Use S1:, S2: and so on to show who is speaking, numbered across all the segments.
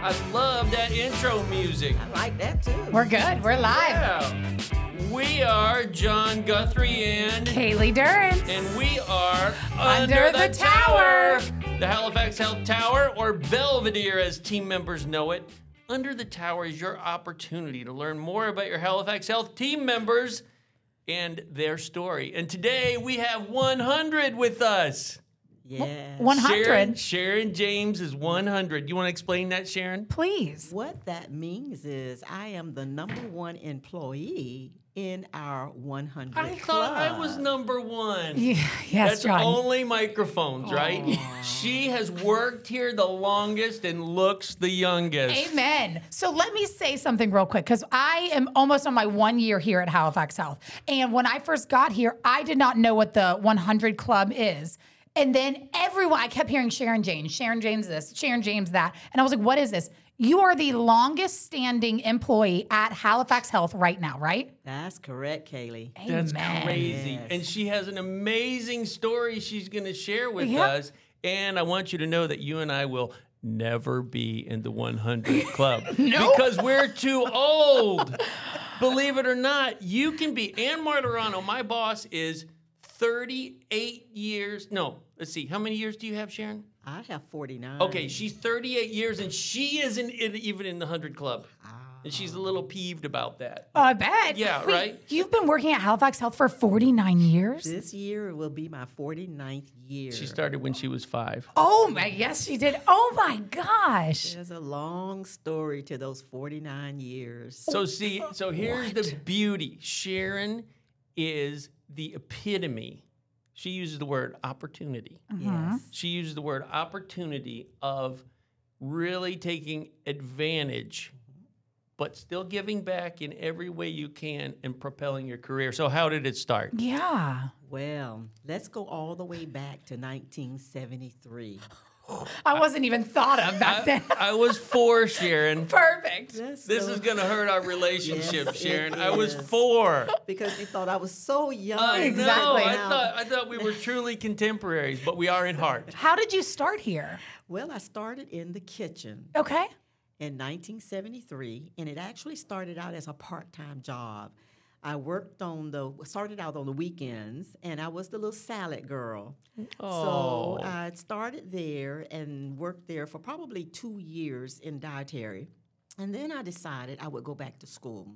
S1: I love that intro music.
S2: I like that too.
S3: We're good. We're live.
S1: Yeah. We are John Guthrie and
S3: Kaylee Durrance.
S1: and we are
S3: Under
S1: under,
S3: the tower.
S1: The Halifax Health Tower, or Belvedere as team members know it. Under the Tower is your opportunity to learn more about your Halifax Health team members and their story. And today we have 100 with us.
S2: Yes.
S1: Sharon,
S3: 100.
S1: Sharon James is 100. You want to explain that, Sharon?
S3: Please.
S2: What that means is I am the number one employee in our 100
S1: I thought I was
S2: club.
S1: number one.
S3: Yeah, yes,
S1: That's
S3: John.
S1: only microphones, right? She has worked here the longest and looks the youngest.
S3: Amen. So let me say something real quick because I am almost on my one year here at Halifax Health. And when I first got here, I did not know what the 100 Club is. And then everyone, I kept hearing Sharon James, Sharon James this, Sharon James that. And I was like, what is this? You are the longest standing employee at Halifax Health right now, right?
S2: That's correct, Kaylee.
S1: That's
S3: Amen.
S1: crazy.
S2: Yes.
S1: And she has an amazing story she's going to share with
S3: Yeah.
S1: us. And I want you to know that you and I will never be in the 100 Club because we're too old. Believe it or not, you can be. Ann Martirano, my boss, is 38 years. No, let's see. How many years do you have, Sharon?
S2: I have 49.
S1: Okay, she's 38 years and she isn't in, even in the 100 Club. And she's a
S3: Ah.
S1: little peeved about that.
S3: I bet.
S1: Yeah,
S3: Wait,
S1: right?
S3: You've been working at Halifax Health for 49 years?
S2: This year will be my 49th year.
S1: She started when she was five.
S3: Oh my, yes, she did. Oh my gosh.
S2: There's a long story to those 49 years.
S1: So see, so here's the beauty. Sharon is the epitome. She uses the word opportunity.
S2: Yes.
S1: She uses the word opportunity of really taking advantage but still giving back in every way you can and propelling your career. So how did it start?
S3: Yeah.
S2: Well, let's go all the way back to 1973.
S3: I wasn't even thought of back
S1: I,
S3: then.
S1: I was 4, Sharon.
S3: Perfect.
S2: Let's
S1: This
S2: go-
S1: is going to hurt our relationship,
S2: Yes, it
S1: Sharon. I was
S2: is.
S1: 4.
S2: because you thought I was so young.
S1: I
S3: Exactly.
S1: know. I
S2: Now-
S1: thought I thought we were truly contemporaries, but we are in heart.
S3: How did you start here?
S2: Well, I started in the kitchen
S3: Okay.
S2: in 1973, and it actually started out as a part-time job. I worked on the started out on the weekends, and I was the little salad girl. So I started there and worked there for probably two years in dietary, and then I decided I would go back to school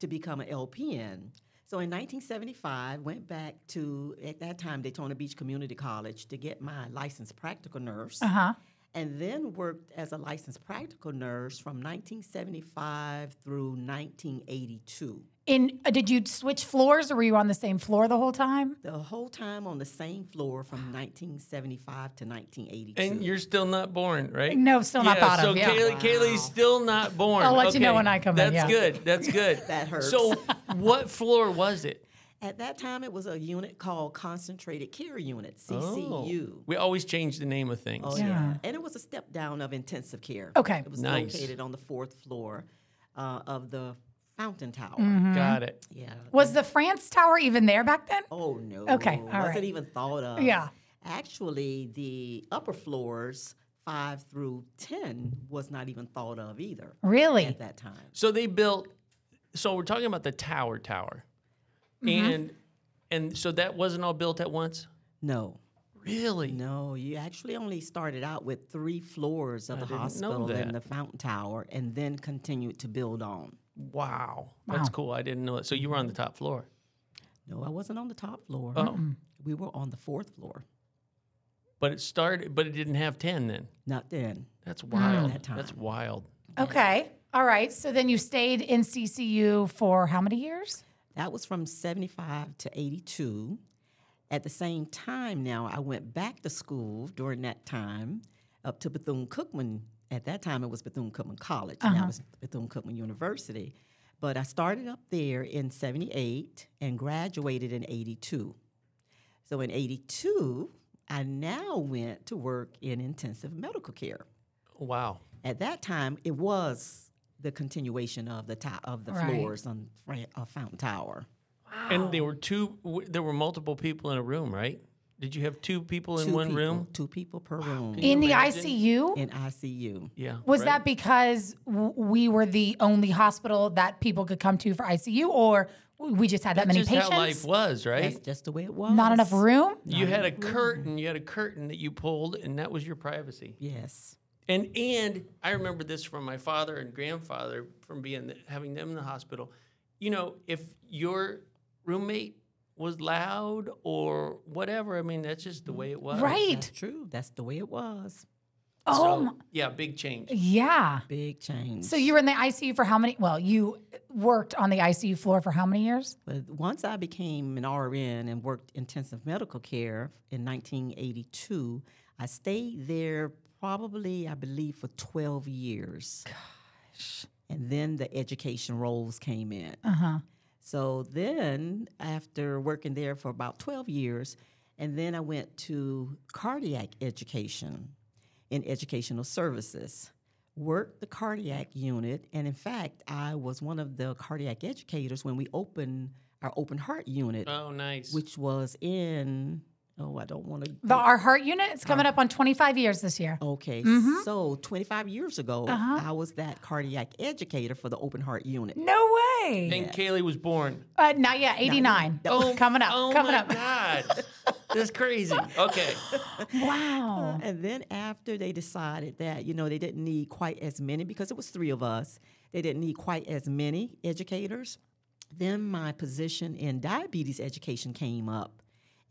S2: to become an LPN. So in 1975, went back to at that time Daytona Beach Community College to get my licensed practical nurse
S3: Uh huh.
S2: and then worked as a licensed practical nurse from 1975 through 1982.
S3: In uh, did you switch floors or were you on the same floor the whole time?
S2: The whole time on the same floor from 1975 to 1982.
S1: And you're still not born, right?
S3: No, still not thought
S1: so
S3: of, yeah.
S1: Kaylee,
S2: Wow.
S1: Kaylee's still not born.
S3: I'll let you know when I come
S1: That's
S3: in, yeah.
S1: good. That's good.
S2: That hurts.
S1: So, what floor was it?
S2: At that time, it was a unit called Concentrated Care Unit, CCU.
S1: Oh, We always change the name of things.
S2: Oh,
S3: Yeah.
S2: yeah. And it was a step down of intensive care.
S3: Okay.
S2: It was
S1: Nice.
S2: located on the fourth floor uh, of the Fountain Tower.
S3: Mm-hmm.
S1: Got it.
S2: Yeah.
S3: Was the France Tower even there back then?
S2: Oh no.
S3: Okay, all
S2: Wasn't
S3: right.
S2: even thought of.
S3: Yeah.
S2: Actually, the upper floors five through ten was not even thought of either
S3: Really?
S2: at that time.
S1: So they built. So we're talking about the tower, tower,
S3: Mm-hmm.
S1: and and so that wasn't all built at once.
S2: No.
S1: Really?
S2: No, you actually only started out with three floors of the
S1: didn't know
S2: hospital
S1: that.
S2: and the fountain tower, and then continued to build on.
S1: Wow. That's cool. I didn't know that. So you were on the top floor.
S2: No, I wasn't on the top floor.
S1: Oh,
S2: We were on the fourth floor.
S1: but it started. But it didn't have ten then.
S2: Not then.
S1: That's wild.
S2: that time.
S1: That's wild.
S3: Okay. All right. So then you stayed in CCU for how many years?
S2: That was from 75 to 82. At the same time, now I went back to school during that time up to Bethune Cookman. At that time, it was Bethune Cookman College. Now it's Bethune Cookman University. But I started up there in 78 and graduated in 82. So in 82, I now went to work in intensive medical care.
S1: Wow.
S2: At that time, it was the continuation of the, ti- of the
S3: Right.
S2: floors on Fran- uh, Fountain Tower.
S1: And there were two. w- There were multiple people in a room, right? Did you have two people in
S2: Two
S1: one
S2: people,
S1: room?
S2: Two people per room
S1: you
S3: in the
S1: imagine?
S3: ICU?
S2: in ICU.
S1: Yeah.
S3: Was
S1: right?
S3: that because w- we were the only hospital that people could come to for ICU, or we just had that many
S1: just
S3: patients?
S1: how life was, right?
S2: That's just the way it was.
S3: Not enough room.
S1: you had a curtain. You had a curtain that you pulled, and that was your privacy.
S2: Yes.
S1: And and I remember this from my father and grandfather from being having them in the hospital. You know, if your roommate was loud or whatever, I mean, that's just the way it was.
S3: Right.
S2: That's true. That's the way it was.
S3: Oh, my-
S1: So, yeah, big change.
S3: yeah.
S2: Big change.
S3: So you were in the ICU for how many? Well, you worked on the ICU floor for how many years?
S2: But once I became an RN and worked intensive medical care in 1982, I stayed there probably, I believe, for 12 years. Gosh. And then the education roles came in.
S3: Uh huh.
S2: So then, after working there for about 12 years, and then I went to cardiac education in educational services. Worked the cardiac unit, and in fact, I was one of the cardiac educators when we opened our open heart unit,
S1: Oh, nice.
S2: which was in, oh, I don't want to.
S3: The Our Heart Unit is coming up on 25 years this year.
S2: Okay, so 25 years ago, I was that cardiac educator for the open heart unit.
S3: No way.
S1: and Kaylee was born.
S3: Uh, not yet. 89.
S1: Oh,
S3: coming up.
S1: Oh
S3: coming
S1: my
S3: up.
S1: God, that's crazy. Okay.
S3: Wow.
S2: And then after they decided that, you know, they didn't need quite as many because it was three of us, they didn't need quite as many educators. Then my position in diabetes education came up.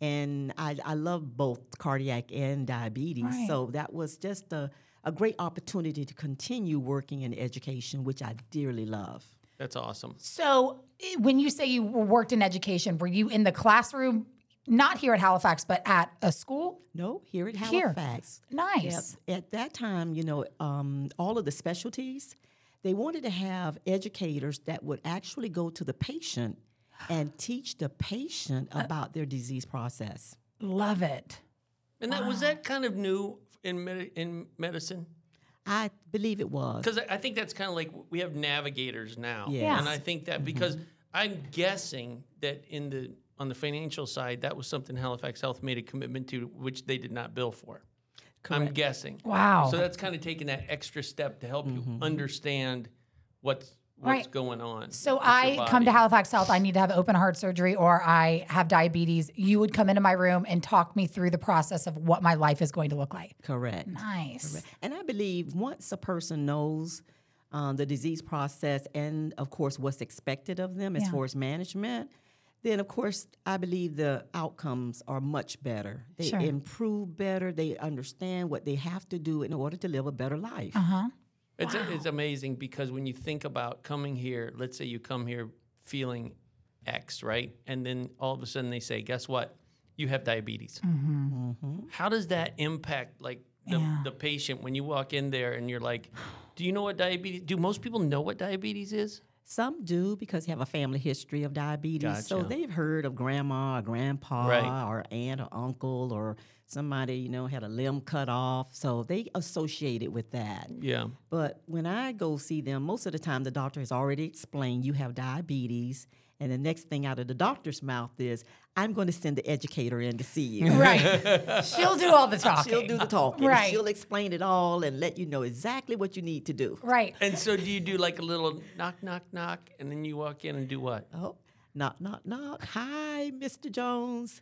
S2: And I, I love both cardiac and diabetes.
S3: Right.
S2: So that was just a, a great opportunity to continue working in education, which I dearly love.
S1: That's awesome.
S3: So, i- when you say you w- worked in education, were you in the classroom, not here at Halifax, but at a school?
S2: No, here at
S3: Here.
S2: Halifax.
S3: Nice.
S2: Yep. At that time, you know, um, all of the specialties, they wanted to have educators that would actually go to the patient and teach the patient about their disease process.
S3: Love it.
S1: And that was that kind of new in med- in medicine.
S2: I believe it was.
S1: because I think that's kind of like we have navigators now,
S2: Yes.
S1: and I think that because I'm guessing that in the on the financial side, that was something Halifax Health made a commitment to, which they did not bill for. I'm guessing.
S3: Wow.
S1: So that's kind of taking that extra step to help you understand what's what's
S3: Right.
S1: going on.
S3: So
S1: with your
S3: I come
S1: body.
S3: to Halifax Health. I need to have open heart surgery, or I have diabetes. You would come into my room and talk me through the process of what my life is going to look like.
S2: Correct.
S3: Nice.
S2: And I believe once a person knows um, the disease process and, of course, what's expected of them as
S3: Yeah.
S2: far as management, then, of course, I believe the outcomes are much better. They
S3: Sure.
S2: improve better. They understand what they have to do in order to live a better life.
S3: Uh-huh.
S1: It's, it's amazing because when you think about coming here, let's say you come here feeling X, right? And then all of a sudden they say, guess what? You have diabetes. How does that impact like the, the patient when you walk in there and you're like, do you know what diabetes? Do most people know what diabetes is?
S2: Some do because they have a family history of diabetes. So
S1: Gotcha.
S2: they've heard of grandma or grandpa
S1: Right.
S2: or aunt or uncle or somebody, you know, had a limb cut off. So they associate it with that.
S1: Yeah.
S2: But when I go see them, most of the time the doctor has already explained you have diabetes. And the next thing out of the doctor's mouth is, I'm going to send the educator in to see you.
S3: Right. She'll do all the talking.
S2: She'll do the talking.
S3: Right.
S2: She'll explain it all and let you know exactly what you need to do.
S3: Right.
S1: And so do you do like a little knock, knock, knock, and then you walk in and do what?
S2: Oh, knock, knock, knock. Hi, Mr. Jones.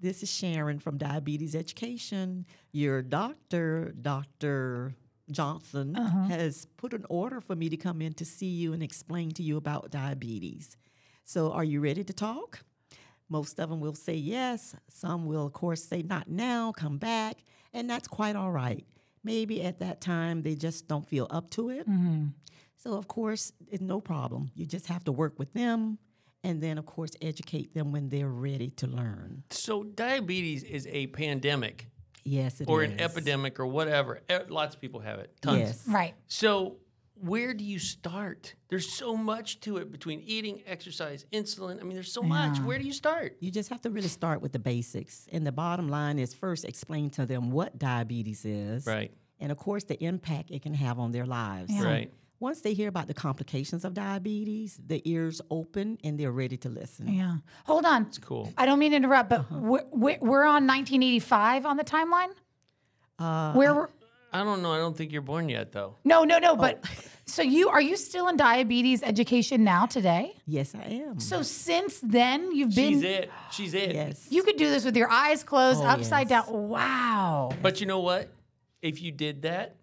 S2: This is Sharon from Diabetes Education. Your doctor, Dr. Johnson, has put an order for me to come in to see you and explain to you about diabetes. So, are you ready to talk? Most of them will say yes. Some will, of course, say not now, come back. And that's quite all right. Maybe at that time they just don't feel up to it. So, of course, it's no problem. You just have to work with them and then, of course, educate them when they're ready to learn.
S1: So diabetes is a pandemic
S2: Yes, it is.
S1: or an epidemic or whatever. Eh, Lots of people have it. Tons.
S2: Yes.
S3: Right.
S1: So, where do you start? There's so much to it between eating, exercise, insulin. I mean, there's so much. Where do you start?
S2: You just have to really start with the basics. And the bottom line is first explain to them what diabetes is.
S1: Right.
S2: And, of course, the impact it can have on their lives.
S1: Right.
S2: Once they hear about the complications of diabetes, the ears open and they're ready to listen.
S3: Yeah. Hold on. It's
S1: cool.
S3: I don't mean to interrupt, but we're, we're, we're on 1985 on the timeline. Where we're,
S1: I don't know. I don't think you're born yet, though.
S3: no, no, no. But so you are you still in diabetes education now today?
S2: Yes, I am.
S3: So since then you've been
S1: She's it. She's it.
S2: yes.
S3: you could do this with your eyes closed,
S2: Oh,
S3: upside
S2: yes.
S3: down. Wow.
S1: But you know what? If you did that,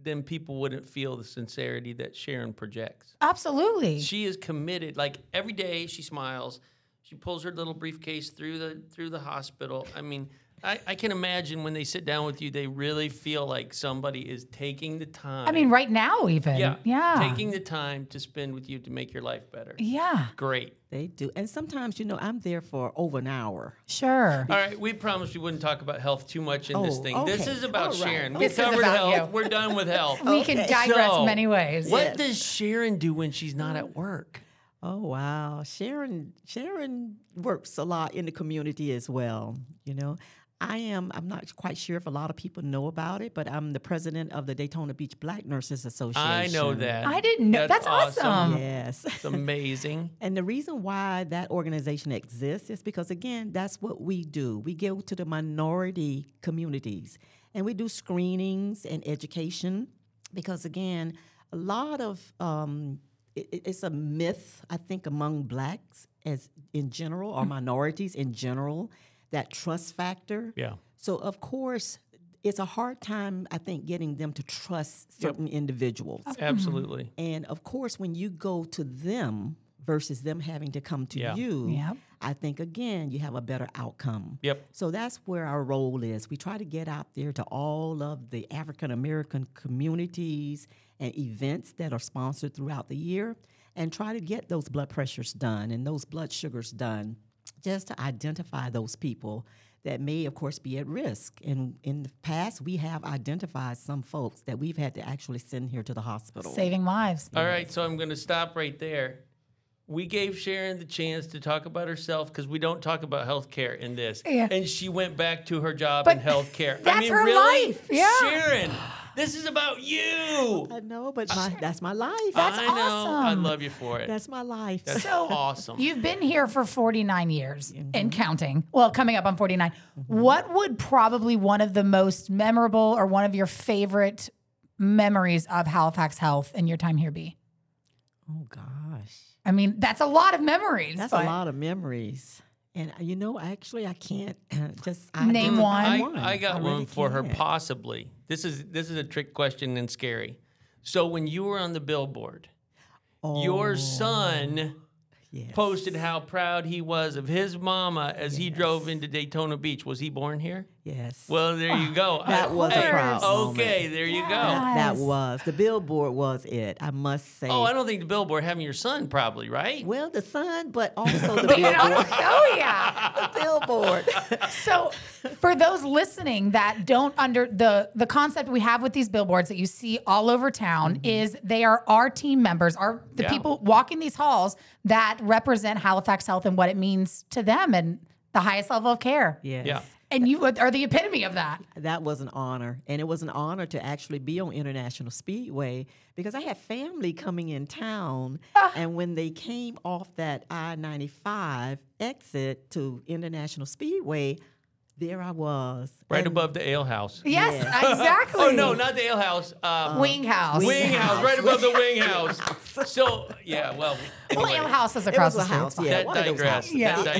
S1: then people wouldn't feel the sincerity that Sharon projects.
S3: Absolutely.
S1: She is committed. Like every day, she smiles. She pulls her little briefcase through the through the hospital. I mean, I, I can imagine when they sit down with you, they really feel like somebody is taking the time.
S3: I mean, right now even.
S1: yeah,
S3: Yeah.
S1: taking the time to spend with you to make your life better.
S3: yeah.
S1: Great.
S2: They do. And sometimes, you know, I'm there for over an hour.
S3: Sure.
S1: All right, we promised we wouldn't talk about health too much in this
S2: Oh,
S1: thing. This
S2: okay.
S1: is about
S2: All right.
S1: Sharon. We
S3: This is
S1: covered
S3: about
S1: health.
S3: you.
S1: We're done with health.
S3: we can digress many ways.
S1: What
S2: Yes.
S1: does Sharon do when she's not at work?
S2: Oh wow, Sharon! Sharon works a lot in the community as well. You know, I am. I'm not quite sure if a lot of people know about it, but I'm the president of the Daytona Beach Black Nurses Association.
S1: I know that.
S3: I didn't know- that's awesome.
S2: Yes.
S1: It's amazing.
S2: And the reason why that organization exists is because, again, that's what we do. We go to the minority communities and we do screenings and education because, again, a lot of um, it, it- it's a myth, I think, among blacks as in general or minorities in general, that trust factor.
S1: Yeah.
S2: So, of course, it's a hard time, I think, getting them to trust certain individuals.
S1: Absolutely.
S2: And of course, when you go to them versus them having to come to
S1: Yeah.
S2: you,
S3: Yep.
S2: I think again, you have a better outcome.
S1: Yep.
S2: So that's where our role is. We try to get out there to all of the African American communities and events that are sponsored throughout the year and try to get those blood pressures done and those blood sugars done just to identify those people that may, of course, be at risk. And in the past, we have identified some folks that we've had to actually send here to the hospital.
S3: Saving lives.
S1: All right, so I'm going to stop right there. We gave Sharon the chance to talk about herself because we don't talk about healthcare in this.
S3: Yeah.
S1: And she went back to her job in
S3: But
S1: healthcare. I
S3: that's
S1: mean,
S3: her
S1: really?
S3: life, yeah.
S1: Sharon, this is about you.
S2: I know, but
S1: Ah.
S2: my, that's my life.
S3: That's
S1: I know. I
S3: awesome.
S1: love you for it.
S2: that's my life.
S1: Ah. That's awesome.
S3: You've been here for 49 years
S2: Mm-hmm.
S3: and counting. Well, coming up on 49. What would probably one of the most memorable or one of your favorite memories of Halifax Health and your time here be?
S2: oh gosh,
S3: I mean, that's a lot of memories.
S2: that's
S3: but-
S2: a lot of memories. And uh, you know, actually, I can't uh, just I
S3: Name
S2: didn't-
S3: one. Oh,
S1: I,
S3: I'm
S1: I got
S2: I
S1: one
S2: really
S1: for her
S2: can't.
S1: possibly. This is this is a trick question and scary. So when you were on the billboard,
S3: Oh.
S1: your son
S2: Oh, Yes.
S1: posted how proud he was of his mama as he drove into Daytona Beach. Was he born here?
S2: Yes.
S1: Well, there you go.
S2: That was a
S1: Hey,
S2: proud moment.
S1: Okay, there you go.
S3: Yeah.
S2: that
S3: Yes.
S2: was the billboard. Was it? I must say.
S1: Oh, I don't think the billboard having your son probably right.
S2: well, the sun, but also the
S3: But oh, you don't
S2: billboard.
S3: know yet.
S2: the billboard.
S3: So, for those listening that don't under the the concept we have with these billboards that you see all over town is they are our team members, are the
S1: Mm-hmm. Yeah.
S3: people walking these halls that represent Halifax Health and what it means to them and the highest level of care.
S2: yes.
S1: Yeah.
S3: And you are the epitome of that.
S2: That was an honor. And it was an honor to actually be on International Speedway because I had family coming in town. and when they came off that I 95 exit to International Speedway, there I was.
S1: Right
S2: And
S1: above the ale house.
S3: Yes, exactly.
S1: Oh no, not the ale house. Um,
S3: Wing House.
S1: wing
S2: Uh, Wing
S1: house,
S2: House.
S1: right above the wing house. So yeah, well.
S3: Well,
S1: anyway.
S3: Ale House is
S2: It
S3: across
S2: was a
S3: the street. It's
S2: house.
S3: fine.
S2: Yeah,
S1: That
S2: one of those
S1: digressed.
S2: houses.
S1: That
S3: houses. Yeah.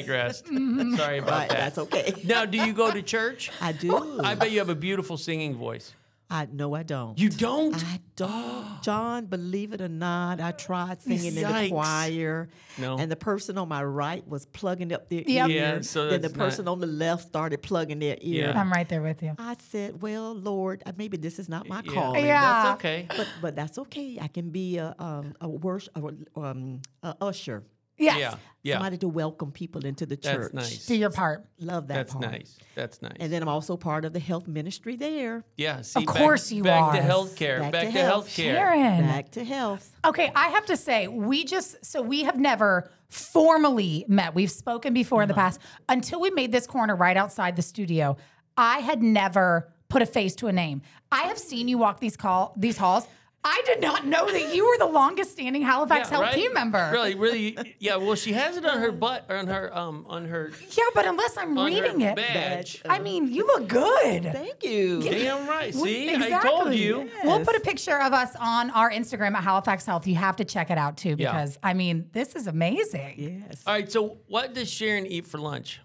S1: digressed. Sorry about
S2: Right,
S1: that.
S2: that's okay.
S1: Now, do you go to church?
S2: I do.
S1: I bet you have a beautiful singing voice.
S2: I no, I don't.
S1: You don't?
S2: I don't, John. Believe it or not, I tried singing in
S1: Yikes.
S2: the choir.
S1: No.
S2: And the person on my right was plugging up their
S3: Yep.
S2: ears.
S3: Yeah,
S1: so
S2: then the
S1: that's not-
S2: person on the left started plugging their ear.
S1: Yeah.
S3: I'm right there with you.
S2: I said, "Well, Lord, uh, maybe this is not my
S1: Yeah.
S2: calling."
S3: Yeah.
S1: That's okay.
S2: But but that's okay. I can be a um, a worship a, um, a usher.
S3: Yes.
S1: Yeah. Yeah.
S2: Somebody to welcome people into the church.
S1: That's nice.
S3: Do your part.
S2: Love that
S1: That's
S2: part.
S1: nice. That's nice.
S2: And then I'm also part of the health ministry there.
S1: yeah. See,
S3: Of
S1: back-
S3: course you
S1: back
S3: are.
S1: to healthcare. Back,
S2: Back
S1: to,
S2: to
S1: healthcare.
S2: health.
S3: Sharon.
S2: Back to health.
S3: Okay, I have to say, we just so we have never formally met. We've spoken before
S1: Uh-huh.
S3: in the past until we made this corner right outside the studio. I had never put a face to a name. I have seen you walk these call these halls. I did not know that you were the longest standing Halifax
S1: Yeah,
S3: Health
S1: right?
S3: team member.
S1: Really, really, yeah. Well, she has it on her butt, or on her, um, on her,
S3: Yeah, but unless I'm
S1: on her
S3: reading it,
S1: badge.
S3: I mean, you look good.
S2: Thank you.
S1: Damn right.
S3: We-
S1: See, I told
S3: exactly.
S1: you.
S3: We'll
S2: Yes.
S3: put a picture of us on our Instagram at Halifax Health. You have to check it out too,
S1: Yeah.
S3: because I mean, this is amazing.
S2: Yes.
S1: All right. So, what does Sharon eat for lunch?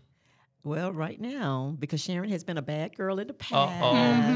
S2: Well, right now, because Sharon has been a bad girl in the
S1: Uh-oh. Mm-hmm.
S2: past,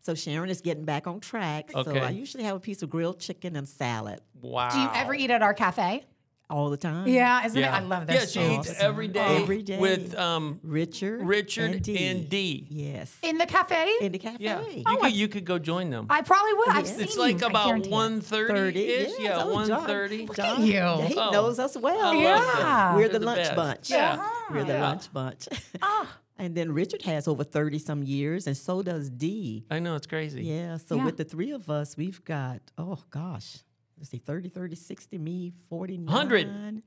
S2: so Sharon is getting back on track. So I
S1: Okay.
S2: usually have a piece of grilled chicken and salad
S1: Wow.
S3: Do you ever eat at our cafe?
S2: all the time.
S3: Yeah, isn't
S1: Yeah.
S3: it? I love this.
S1: Yeah, she eats every day.
S2: Every day.
S1: with um,
S2: Richard,
S1: Richard
S2: and D.
S1: and Dee.
S2: Yes,
S3: in the cafe.
S2: in the cafe.
S1: Yeah. You, could, you could go join them.
S3: I probably would. Oh, I've seen
S1: it's like
S3: you. I
S1: about
S3: guarantee it.
S1: one
S2: Thirty,
S1: thirty ish.
S2: yes.
S1: Yeah,
S2: Oh,
S1: one
S2: John-
S1: thirty.
S2: John,
S3: you.
S2: He
S1: Oh.
S2: knows us well.
S3: Yeah.
S2: We're
S1: They're
S2: the,
S1: the
S2: lunch
S1: best.
S2: bunch.
S1: Yeah.
S2: We're the
S1: Yeah.
S2: lunch bunch.
S3: Ah,
S2: And then Richard has over 30 some years, and so does Dee.
S1: I know it's crazy.
S2: Yeah. So
S3: Yeah.
S2: with the three of us, we've got, oh gosh, let's see, 30, 30, 60, me, 49.
S1: 100.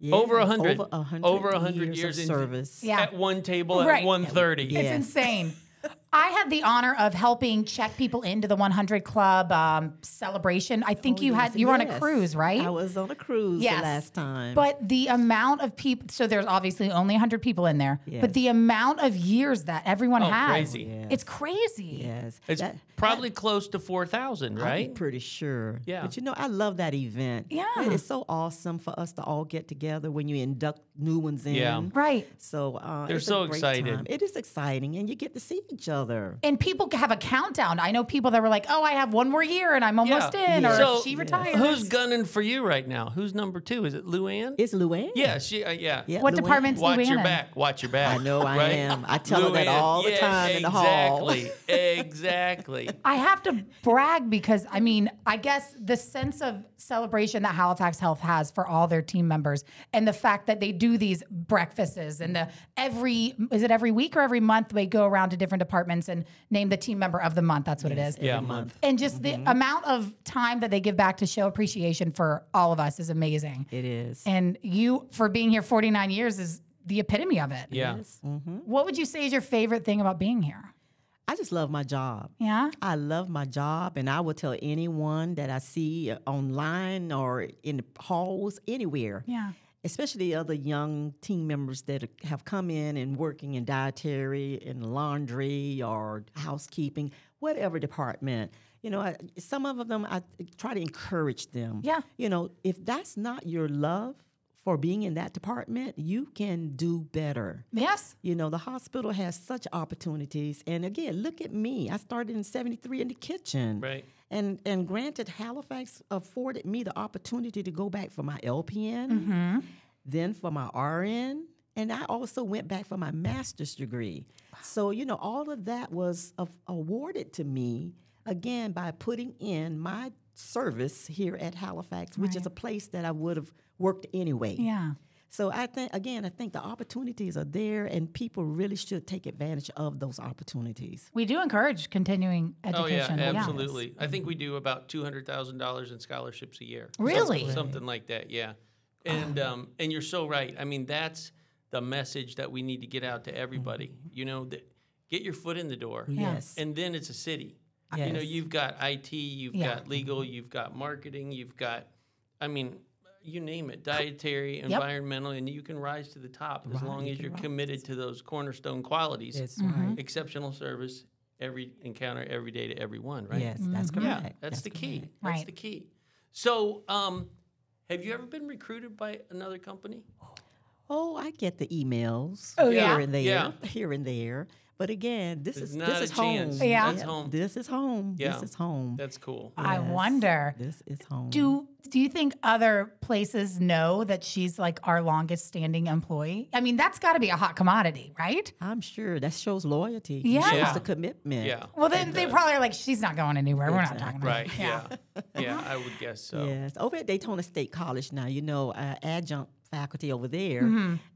S2: Yeah,
S1: Over 100.
S2: Over 100,
S1: Over 100 years
S2: years,
S1: in-
S2: of service.
S3: Yeah.
S1: At one table
S3: Right.
S1: at one thirty.
S2: Yeah.
S3: It's insane. I had the honor of helping check people into the 100 Club um, celebration. I think you had
S2: Yes,
S3: you were on a
S2: yes.
S3: cruise, right?
S2: I was on a cruise
S3: Yes.
S2: the last time.
S3: But the amount of people, so there's obviously only 100 people in there,
S2: Yes.
S3: but the amount of years that everyone
S1: Oh,
S3: had,
S1: crazy.
S3: it's crazy.
S2: yes,
S1: It's
S2: that-
S1: probably close to four thousand, right?
S2: I'm pretty sure.
S1: Yeah.
S2: But you know, I love that event.
S3: Yeah.
S2: It is so awesome for us to all get together when you induct new ones in.
S1: Yeah.
S3: Right.
S2: So uh,
S1: They're
S2: it's
S1: so
S2: a great
S1: excited.
S2: Time. It is exciting, and you get to see each other.
S3: And people have a countdown. I know people that were like, oh, I have one more year and I'm almost in, or
S1: So,
S3: she retired.
S1: Who's gunning for you right now? Who's number two? Is it Luann?
S2: It's Luann.
S1: yeah, she. Uh, yeah.
S2: Yeah,
S3: What
S2: Luann.
S3: department's
S1: Watch
S3: Luann
S1: your
S3: in?
S1: back. Watch your back.
S2: I know I
S1: right?
S2: am. I tell her that all the
S1: yeah,
S2: time in the hall.
S1: Exactly. Exactly.
S3: I have to brag because I mean, I guess the sense of celebration that Halifax Health has for all their team members and the fact that they do these breakfasts and the every is it every week or every month they go around to different departments and name the team member of the month. That's what it is.
S1: yeah, Mm-hmm. month.
S3: And just the amount of time that they give back to show appreciation for all of us is amazing.
S2: It is.
S3: And you for being here 49 years is the epitome of it.
S1: Yeah.
S3: What would you say is your favorite thing about being here?
S2: I just love my job.
S3: Yeah.
S2: I love my job, and I will tell anyone that I see uh, online or in the halls, anywhere,
S3: Yeah.
S2: especially other young team members that have come in and working in dietary and laundry or housekeeping, whatever department. You know, I, some of them I try to encourage them.
S3: Yeah.
S2: You know, if that's not your love for being in that department, you can do better.
S3: Yes.
S2: You know, the hospital has such opportunities. And again, look at me. I started in 73 in the kitchen.
S1: Right.
S2: And and granted, Halifax afforded me the opportunity to go back for my LPN, then for my RN, and I also went back for my master's degree. So, you know, all of that was af- awarded to me again by putting in my service here at Halifax, which is a place that I would have worked anyway.
S3: Yeah.
S2: So I think again, I think the opportunities are there, and people really should take advantage of those opportunities.
S3: We do encourage continuing
S1: Oh yeah,
S3: education.
S1: absolutely. I think we do about two hundred thousand dollars in scholarships a year. Some-
S3: Really?
S1: something like that. Yeah, and um, and you're so right. I mean, that's the message that we need to get out to everybody. You know, that get your foot in the door.
S2: Yes.
S1: and then it's a city. You know,
S2: Yes.
S1: you've got IT, you've
S3: Yeah.
S1: got legal, you've got marketing, you've got, I mean, you name it, dietary, environmental, and you can rise to the top as long as you're committed to those cornerstone qualities.
S2: That's Mhm. right.
S1: Exceptional service, every encounter, every day to everyone, right? Mm-hmm.
S2: Yes, that's
S1: Yeah,
S2: correct.
S1: that's, the key.
S2: correct.
S1: That's
S3: Right.
S1: the key. So, um, have you ever been recruited by another company?
S2: Oh, I get the emails
S3: Oh,
S2: here
S3: yeah?
S2: and there,
S1: Yeah.
S2: here and there. But again, this
S1: There's
S2: is
S1: not
S2: this
S1: a
S2: is
S1: chance.
S2: home.
S3: Yeah.
S1: That's home.
S2: This is home.
S1: Yeah.
S2: This is home.
S1: That's cool.
S3: I
S2: Yes.
S3: wonder.
S2: This is home.
S3: Do do you think other places know that she's like our longest standing employee? I mean, that's got to be a hot commodity, right?
S2: I'm sure that shows loyalty. It
S3: Yeah.
S1: Yeah.
S2: shows the commitment.
S1: Yeah.
S3: Well, then they probably are like, she's not going anywhere. We're not talking about
S1: Right.
S3: it."
S1: Yeah. yeah. I would guess so.
S2: Yes, over at Daytona State College now, you know, uh, adjunct faculty over there.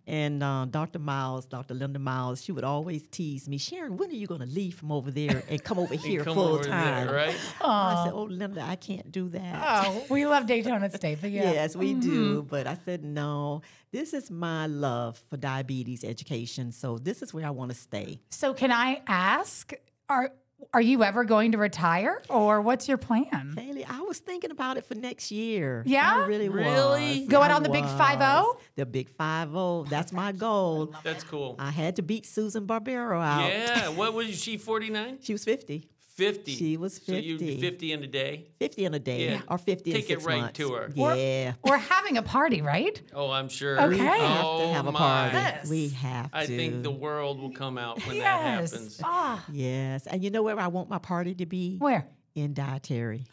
S2: And uh, Dr. Miles, Dr. Linda Miles, she would always tease me, Sharon, when are you going to leave from over there and come over here
S1: Come
S2: full
S1: over
S2: time?
S1: there, right?
S2: I said, Oh, Linda, I can't do that.
S3: Oh, we love Daytona State, but yeah.
S2: Yes, we do. But I said, No, this is my love for diabetes education. So this is where I want to stay.
S3: So can I ask? Are Are you ever going to retire or what's your plan?
S2: Bailey, I was thinking about it for next year.
S3: Yeah?
S2: I really,
S1: Really?
S2: was.
S3: Go out
S2: I
S3: on the big
S2: was.
S3: 5-0?
S2: The big 50. That's my goal.
S1: That's cool.
S2: I had to beat Susan Barbero out.
S1: Yeah. What was she? 49?
S2: She was 50.
S1: 50.
S2: She was
S1: So you
S2: 50.
S1: 50 in a day.
S2: 50 in a day
S1: Yeah.
S2: or 50
S1: Take it
S2: in six
S1: right
S2: months.
S1: to her.
S3: Or-
S2: Yeah.
S3: We're having a party, right?
S1: Oh, I'm sure.
S3: Okay. We
S2: We have
S1: oh,
S2: to have a
S1: my.
S2: party.
S3: Yes.
S2: We have to.
S1: I think the world will come out when
S3: yes.
S1: that happens.
S3: Ah,
S2: Yes. And you know where I want my party to be?
S3: where?
S2: In dietary.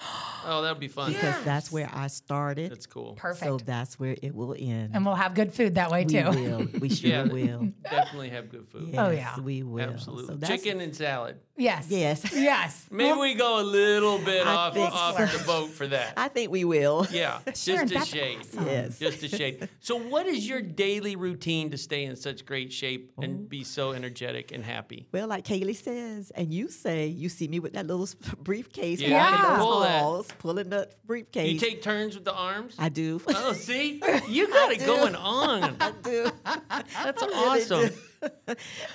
S1: Oh, that'll be fun.
S2: Because that's where I started.
S1: That's cool.
S3: Perfect.
S2: so that's where it will end.
S3: and we'll have good food that way
S2: we
S3: too.
S2: will. We sure
S1: Yeah.
S2: will.
S1: Definitely have good food.
S2: Yes,
S3: Oh, yeah.
S2: We will.
S1: Absolutely.
S2: that's-
S1: Chicken and salad.
S3: Yes.
S2: Yes.
S3: Yes.
S1: Maybe we go a little bit
S2: I
S1: off,
S2: think
S1: off
S2: so.
S1: the boat for that.
S2: I think we will.
S1: yeah,
S3: Sharon,
S1: just a
S3: that's
S1: shade.
S3: awesome.
S2: Yes.
S1: Just a shade. So, what is your daily routine to stay in such great shape and
S2: Oh.
S1: be so energetic and happy?
S2: Well, like Kaylee says, and you say, you see me with that little s- briefcase
S1: Yeah,
S3: I
S2: walking
S3: can
S2: those
S1: pull that.
S2: halls, pulling the briefcase.
S1: You take turns with the arms?
S2: I do.
S1: Oh, see? You got it
S2: do.
S1: going on.
S2: I do.
S1: That's
S2: really
S1: awesome.
S2: do.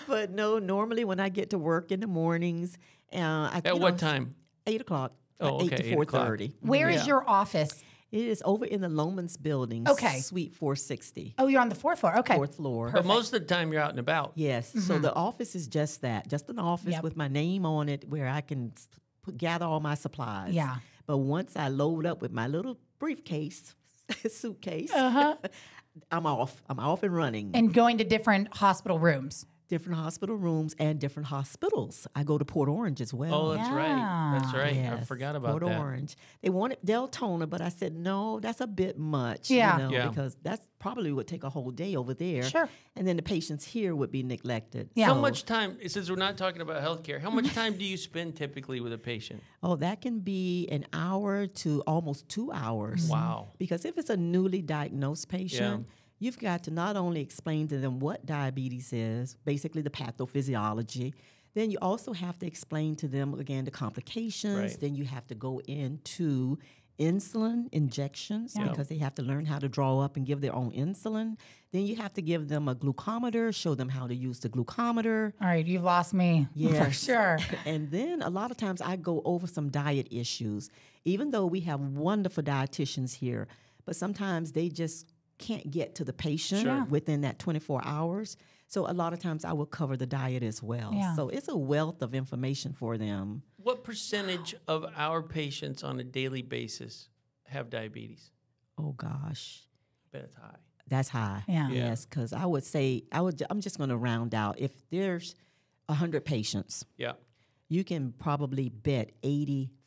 S2: but no, normally when I get to work in the mornings, uh, I,
S1: At
S2: you
S1: what
S2: know,
S1: time?
S2: Eight o'clock.
S1: Oh,
S2: like eight
S1: okay,
S2: to
S1: eight
S2: four
S1: o'clock.
S2: thirty.
S3: Where is
S1: Yeah.
S3: your office?
S2: It is over in the Lomans building.
S3: Okay.
S2: Suite four sixty,
S3: Oh, you're on the fourth floor. Okay.
S2: fourth floor.
S1: But most of the time, you're out and about.
S2: Yes. So the office is just that, just an office
S3: Yep.
S2: with my name on it where I can s- put, gather all my supplies.
S3: Yeah.
S2: But once I load up with my little briefcase, suitcase,
S3: Uh-huh.
S2: I'm off. I'm off and running.
S3: And going to different hospital rooms.
S2: different hospital rooms and different hospitals. I go to Port Orange as well.
S1: Oh, that's right. That's right. I
S2: Yes,
S1: forgot about
S2: Port
S1: that.
S2: Orange. They wanted Deltona, but I said no. That's a bit much.
S3: Yeah.
S2: you know,
S1: Yeah.
S2: because that's probably would take a whole day over there.
S3: Sure.
S2: And then the patients here would be neglected.
S3: Yeah.
S1: How
S2: So-
S1: much time, since we're not talking about healthcare, how much time do you spend typically with a patient?
S2: Oh, that can be an hour to almost two hours.
S1: Wow.
S2: Because if it's a newly diagnosed patient, you've got to not only explain to them what diabetes is, basically the pathophysiology, then you also have to explain to them again the complications.
S1: Right.
S2: Then you have to go into insulin injections because they have to learn how to draw up and give their own insulin. Then you have to give them a glucometer, show them how to use the glucometer.
S3: All right, you've lost me. For
S2: Yes.
S3: sure.
S2: And then a lot of times I go over some diet issues, even though we have wonderful dietitians here, but sometimes they just can't get to the patient within that 24 hours. So a lot of times I will cover the diet as well.
S3: Yeah.
S2: So it's a wealth of information for them.
S1: What percentage of our patients on a daily basis have diabetes?
S2: Oh gosh,
S1: I bet it's high.
S2: that's high.
S3: Yeah. Yeah.
S2: Yes, because I would say I would. I'm just going to round out. If there's 100 patients,
S1: Yeah.
S2: you can probably bet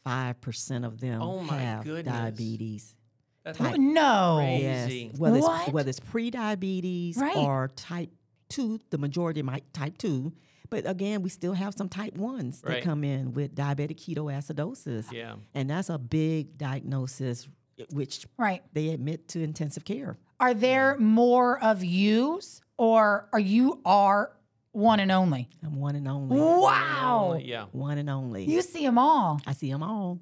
S2: 85% of them
S1: Oh, my
S2: have
S1: goodness.
S2: diabetes.
S1: That's
S2: Type
S3: No.
S1: Crazy.
S2: Yes.
S1: Easy.
S2: Whether
S3: What?
S2: it's whether it's pre-diabetes
S3: Right.
S2: or type two, the majority might type two. But again, we still have some type ones that
S1: Right.
S2: come in with diabetic ketoacidosis.
S1: Yeah.
S2: And that's a big diagnosis which
S3: Right.
S2: they admit to intensive care.
S3: Are there more of yous or are you are one and only?
S2: I'm one and only.
S3: Wow.
S1: Yeah.
S2: One and only.
S3: You see them all.
S2: I see them all.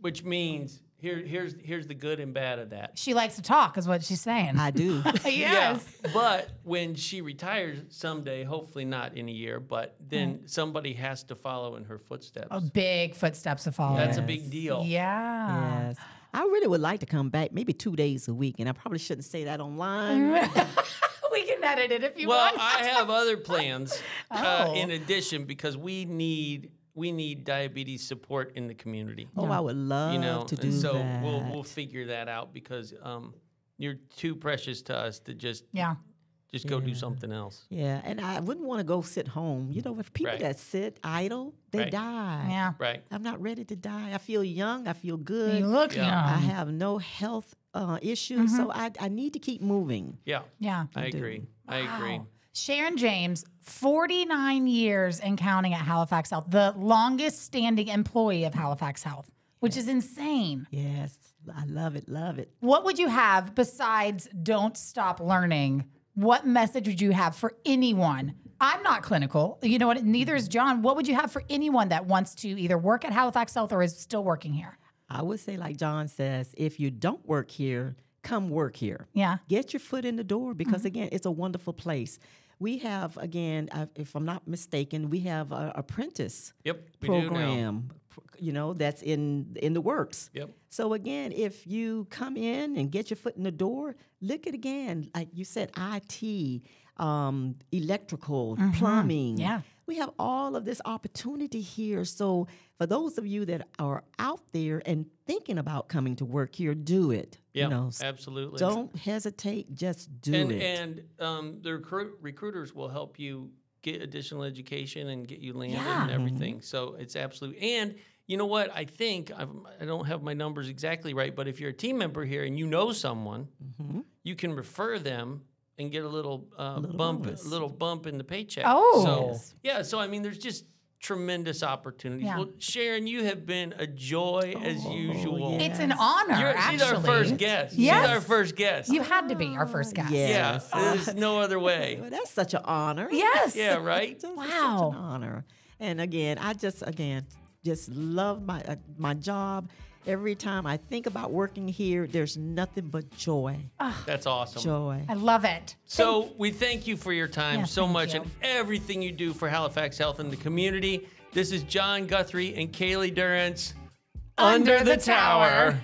S1: Which means here, here's here's the good and bad of that.
S3: She likes to talk, is what she's saying.
S2: I do.
S3: yes.
S1: Yeah. But when she retires someday, hopefully not in a year, but
S2: Mm.
S1: then somebody has to follow in her footsteps.
S3: A Oh, big footsteps to follow.
S1: That's a
S2: Oh, Yes.
S1: big deal.
S3: Yeah.
S2: yes. I really would like to come back maybe two days a week, and I probably shouldn't say that online.
S3: we can edit it if you
S1: Well,
S3: want.
S1: I have other plans uh,
S3: Oh.
S1: in addition because we need we need diabetes support in the community.
S2: Oh, I would love
S1: you know,
S2: to do
S1: and so
S2: that.
S1: we'll we'll figure that out because um, you're too precious to us to just
S3: yeah.
S1: just go do something else.
S2: Yeah, and I wouldn't want to go sit home. You know, with people
S1: Mm, Right.
S2: that sit idle, they
S1: Right.
S2: die.
S3: Yeah.
S1: Right.
S2: I'm not ready to die. I feel young. I feel good.
S3: You look
S1: Yeah.
S2: I
S3: young. Mm-hmm.
S2: have no health uh, issues, so I, I need to keep moving.
S1: Yeah.
S3: Yeah.
S1: I agree. I agree.
S3: Wow. Sharon James, 49 years and counting at Halifax Health, the longest standing employee of Halifax Health, which is insane.
S2: Yes, I love it, love it.
S3: What would you have besides don't stop learning? What message would you have for anyone? I'm not clinical. You know what? Neither is John. What would you have for anyone that wants to either work at Halifax Health or is still working here?
S2: I would say, like John says, if you don't work here, come work here.
S3: Yeah. Mm-hmm.
S2: Get your foot in the door because, again, it's a wonderful place. we have again, uh, if I'm not mistaken, we have an apprentice
S1: Yep, we do now.
S2: program. pr- You know, that's in in the works.
S1: Yep.
S2: So again, if you come in and get your foot in the door, look at again, like you said, IT, um, electrical, plumbing.
S3: Yeah.
S2: We have all of this opportunity here. So for those of you that are out there and thinking about coming to work here, do it.
S1: Yeah,
S2: You know, s-
S1: absolutely.
S2: don't hesitate. Just do
S1: and
S2: it.
S1: and um, the recruit, recruiters will help you get additional education and get you landed
S3: Yeah.
S1: and everything. So it's absolute. And you know what? I think I'm, I don't have my numbers exactly right, but if you're a team member here and you know someone,
S2: Mm-hmm.
S1: you can refer them and get a little, uh, bump,
S2: bonus.
S1: a little bump in the paycheck.
S3: Oh.
S1: so,
S2: Yes.
S1: yeah. So I mean, there's just tremendous opportunities.
S3: Yeah.
S1: Well, Sharon, you have been a joy as usual.
S2: yeah.
S3: It's an
S2: Yes.
S3: honor.
S1: You're,
S3: actually.
S1: she's our first guest.
S3: Yes.
S1: She's our first guest.
S3: You had to be our first guest.
S2: yeah.
S1: Yeah,
S2: Yes.
S1: there's no other way.
S2: Well, that's such an honor.
S3: Yes.
S1: Yeah, right?
S2: Just- it's
S3: Wow.
S2: such an honor. And again, I just again just love my uh, my job. Every time I think about working here, there's nothing but joy,
S1: That's awesome.
S2: joy.
S3: I love it.
S1: So we thank you for your time
S3: Yeah,
S1: so
S3: thank
S1: much
S3: you.
S1: and everything you do for Halifax Health and the community. This is John Guthrie and Kaylee Durrance.
S3: Under the tower.